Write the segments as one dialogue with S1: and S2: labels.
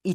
S1: I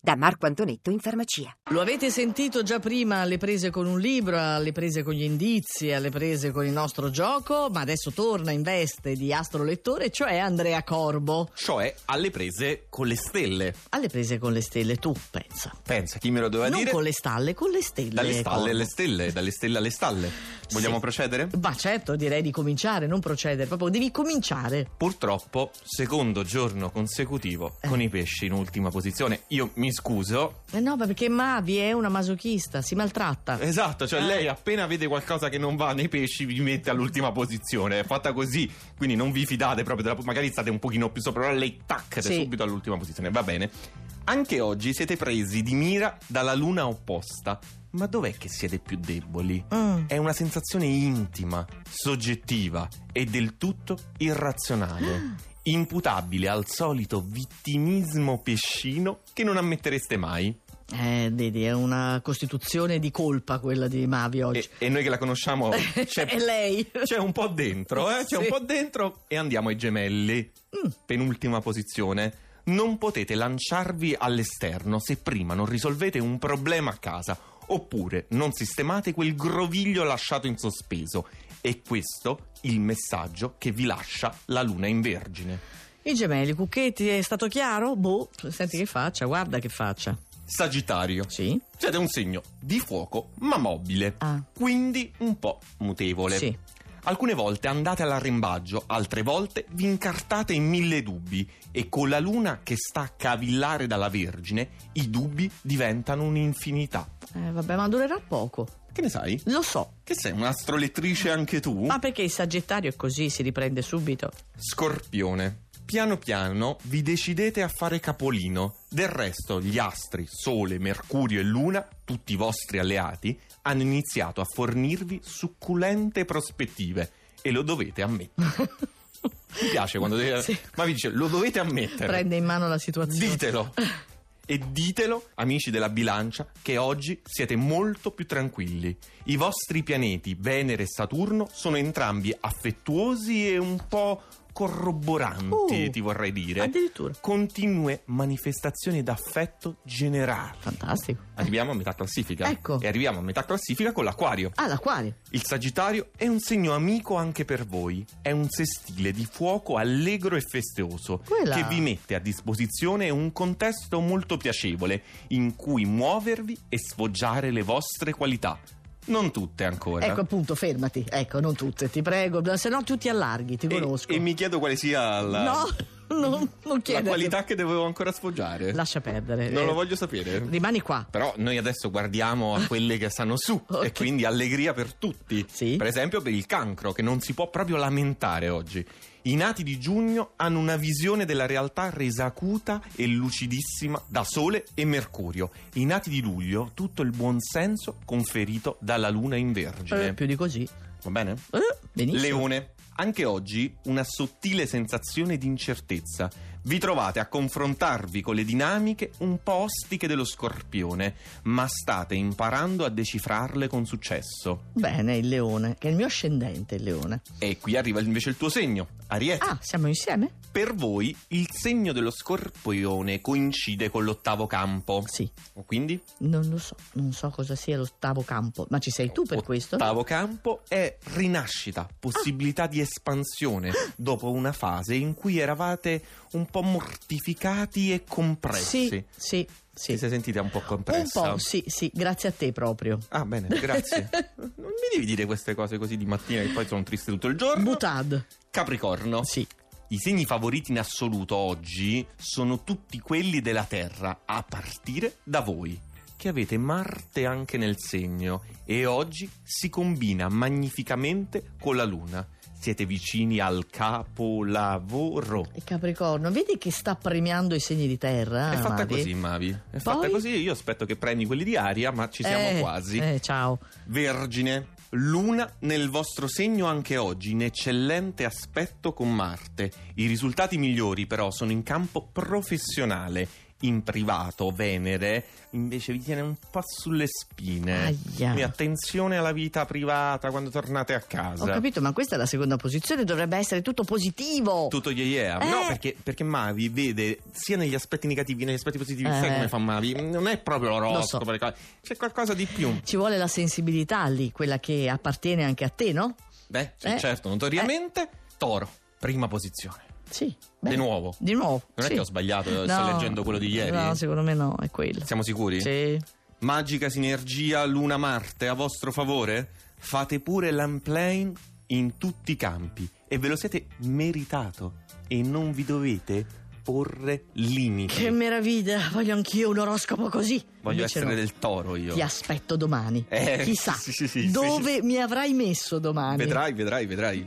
S1: da Marco Antonetto in farmacia.
S2: Lo avete sentito già prima alle prese con un libro, alle prese con gli indizi, alle prese con il nostro gioco, ma adesso torna in veste di astrolettore, cioè Andrea Corbo.
S3: cioè alle prese con le stelle.
S2: Alle prese con le stelle, tu pensa.
S3: Pensa, chi me lo doveva
S2: non
S3: dire?
S2: con le stalle, con le stelle.
S3: Dalle stalle
S2: Corbo.
S3: alle stelle, dalle stelle alle stalle. Vogliamo
S2: Sì.
S3: procedere?
S2: Ma certo, direi di cominciare, non procedere, proprio devi cominciare.
S3: Purtroppo, secondo giorno consecutivo con i pesci in ultima posizione. Io mi scuso.
S2: Eh no, ma perché Mavi è una masochista, si maltratta.
S3: Esatto, cioè
S2: Eh.
S3: lei appena vede qualcosa che non va nei pesci vi mette all'ultima posizione. È fatta così, quindi non vi fidate proprio della magari state un pochino più sopra, però lei tac,
S2: Sì.
S3: subito all'ultima posizione. Va bene. Anche oggi siete presi di mira dalla luna opposta. Ma dov'è che siete più deboli?
S2: Mm.
S3: È una sensazione intima, soggettiva e del tutto
S2: Ah.
S3: irrazionale, imputabile al solito vittimismo pescino che non ammettereste mai.
S2: Eh, vedi, è una costituzione di colpa quella di Mavi oggi.
S3: E, e noi che la conosciamo Eh, oh, c'è,
S2: è lei.
S3: c'è un po' dentro, eh? c'è un
S2: Sì.
S3: po' dentro e andiamo ai gemelli.
S2: Mm.
S3: Penultima posizione. Non potete lanciarvi all'esterno se prima non risolvete un problema a casa oppure non sistemate quel groviglio lasciato in sospeso. E questo il messaggio che vi lascia la luna in vergine.
S2: I gemelli, Cucchetti, è stato chiaro? Boh, senti che faccia, guarda che faccia.
S3: Sagittario.
S2: Sì?
S3: Siete un segno di fuoco ma mobile,
S2: Ah.
S3: quindi un po' mutevole.
S2: Sì.
S3: Alcune volte andate all'arrembaggio, altre volte vi incartate in mille dubbi e con la luna che sta a cavillare dalla Vergine i dubbi diventano un'infinità.
S2: Eh, vabbè, ma durerà poco.
S3: Che ne sai?
S2: Lo so.
S3: Che sei un'astrolettrice anche tu?
S2: Ma perché il Sagittario è così, si riprende subito.
S3: Scorpione. Piano piano vi decidete a fare capolino. Del resto, gli astri, Sole, Mercurio e Luna, tutti i vostri alleati, hanno iniziato a fornirvi succulente prospettive. E lo dovete ammettere. Mi piace quando deve...
S2: Sì.
S3: Ma vi dice, lo dovete ammettere.
S2: Prende in mano la situazione.
S3: Ditelo. E ditelo, amici della bilancia, che oggi siete molto più tranquilli. I vostri pianeti Venere e Saturno sono entrambi affettuosi e un po' corroboranti,
S2: Uh,
S3: ti vorrei dire.
S2: Addirittura.
S3: Continue manifestazioni d'affetto generali.
S2: Fantastico.
S3: Arriviamo a metà classifica.
S2: Ecco.
S3: E arriviamo a metà classifica con l'acquario.
S2: Ah, l'acquario.
S3: Il Sagittario è un segno amico anche per voi. È un sestile di fuoco allegro e festoso
S2: Quella-
S3: che vi mette a disposizione un contesto molto piacevole in cui muovervi e sfoggiare le vostre qualità. Non tutte ancora.
S2: Ecco, appunto, fermati. Ecco, non tutte, ti prego. Se no tu ti allarghi, ti
S3: e,
S2: conosco.
S3: e mi chiedo quale sia la,
S2: No, non, non
S3: la
S2: chiedere.
S3: qualità che devo ancora sfoggiare.
S2: Lascia perdere.
S3: Non
S2: Eh,
S3: lo voglio sapere.
S2: Rimani qua.
S3: Però noi adesso guardiamo a quelle che stanno su
S2: Ok.
S3: e quindi allegria per tutti.
S2: Sì.
S3: Per esempio per il cancro che non si può proprio lamentare oggi. I nati di giugno hanno una visione della realtà resa acuta e lucidissima da Sole e Mercurio. I nati di luglio tutto il buon senso conferito dalla Luna in
S2: Eh,
S3: Vergine.
S2: più di così.
S3: Va bene?
S2: Eh, benissimo.
S3: Leone. Anche oggi una sottile sensazione di incertezza. Vi trovate a confrontarvi con le dinamiche un po' ostiche dello scorpione, ma state imparando a decifrarle con successo.
S2: Bene, il leone, che è il mio ascendente, il leone.
S3: E qui arriva invece il tuo segno, Ariete.
S2: Ah, siamo insieme?
S3: Per voi il segno dello scorpione coincide con l'ottavo campo.
S2: Sì.
S3: Quindi?
S2: Non lo so, non so cosa sia l'ottavo campo, ma ci sei tu per questo?
S3: Ottavo campo è rinascita, possibilità di espansione dopo una fase in cui eravate un po' mortificati e
S2: Sì,
S3: compressi.
S2: sì, sì.
S3: Ti sei sentita un po'
S2: Un
S3: compressa?
S2: po', sì, sì, grazie a te proprio.
S3: Ah, bene, grazie. non mi devi dire queste cose così di mattina che poi sono triste tutto il giorno.
S2: Butad,
S3: Capricorno.
S2: sì.
S3: I segni favoriti in assoluto oggi sono tutti quelli della Terra, a partire da voi, che avete Marte anche nel segno e oggi si combina magnificamente con la Luna. Siete vicini al capolavoro.
S2: E Capricorno, vedi che sta premiando i segni di terra?
S3: È fatta
S2: Ah, Mavi?
S3: così, Mavi. È fatta
S2: Poi?
S3: così, io aspetto che premi quelli di aria, ma ci siamo
S2: Eh,
S3: quasi.
S2: Eh, ciao.
S3: Vergine, luna nel vostro segno anche oggi, in eccellente aspetto con Marte. I risultati migliori però sono in campo professionale in privato Venere invece vi tiene un po' sulle spine.
S2: Aia.
S3: Quindi attenzione alla vita privata quando tornate a casa.
S2: Ho capito, ma questa è la seconda posizione, dovrebbe essere tutto positivo.
S3: Tutto yeah yeah.
S2: Eh.
S3: No, perché, perché Mavi vede sia negli aspetti negativi che negli aspetti positivi.
S2: Eh.
S3: Sai come fa Mavi? Non è proprio
S2: Lo
S3: l'oroscopo.
S2: so.
S3: le cose. C'è qualcosa di più.
S2: Ci vuole la sensibilità lì, quella che appartiene anche a te, no?
S3: Beh, sì,
S2: Eh.
S3: certo, notoriamente Toro, prima posizione.
S2: Sì.
S3: Di
S2: beh.
S3: nuovo.
S2: Di nuovo.
S3: Non è
S2: sì.
S3: che ho sbagliato, sto
S2: No.
S3: leggendo quello di ieri.
S2: No, secondo me no, è quello.
S3: Siamo sicuri?
S2: Sì.
S3: Magica sinergia Luna-Marte a vostro favore? Fate pure l'unplane in tutti i campi e ve lo siete meritato e non vi dovete porre limiti.
S2: Che meraviglia, voglio anch'io un oroscopo così.
S3: Voglio
S2: Invece
S3: essere
S2: no.
S3: del toro io.
S2: Ti aspetto domani.
S3: Eh,
S2: Chissà
S3: sì, sì, sì, sì.
S2: dove mi avrai messo domani.
S3: Vedrai, vedrai, vedrai.